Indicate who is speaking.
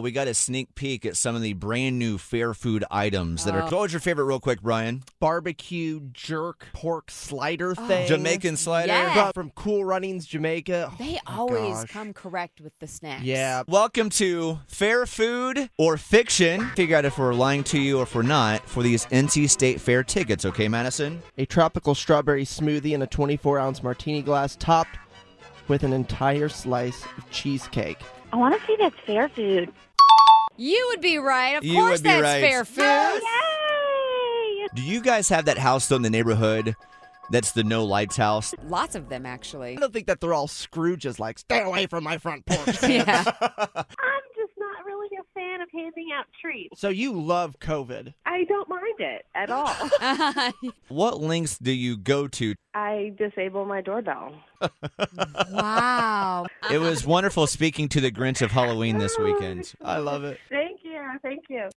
Speaker 1: We got a sneak peek at some of the brand new fair food items that are. What was your favorite, real quick, Brian?
Speaker 2: Barbecue jerk pork slider
Speaker 3: Oh,
Speaker 2: thing.
Speaker 1: Jamaican slider.
Speaker 2: Brought
Speaker 3: Yes.
Speaker 2: From Cool Runnings, Jamaica. Oh,
Speaker 3: They
Speaker 2: my
Speaker 3: always
Speaker 2: gosh.
Speaker 3: come correct with the snacks.
Speaker 2: Yeah.
Speaker 1: Welcome to Fair Food or Fiction. Figure out if we're lying to you or if we're not for these NC State Fair tickets, okay, Madison?
Speaker 2: A tropical strawberry smoothie in a 24 ounce martini glass topped with an entire slice of cheesecake.
Speaker 4: I want to say that's fair food.
Speaker 3: You would be right. Of
Speaker 1: You
Speaker 3: course
Speaker 1: would be
Speaker 3: that's
Speaker 1: right. Oh,
Speaker 3: fair food.
Speaker 4: Yay!
Speaker 1: Do you guys have that house though in the neighborhood that's the no lights house?
Speaker 3: Lots of them
Speaker 2: I
Speaker 3: actually.
Speaker 2: don't think that they're all Scrooges like, stay away from my front porch.
Speaker 3: Yeah.
Speaker 4: I'm just not really a fan of handing out treats.
Speaker 2: so you love COVID.
Speaker 4: I don't mind it at all.
Speaker 1: What lengths do you go to?
Speaker 4: I disable my doorbell.
Speaker 3: wow.
Speaker 1: It was wonderful speaking to the Grinch of Halloween this weekend.
Speaker 2: I love it.
Speaker 4: Thank you. Thank you.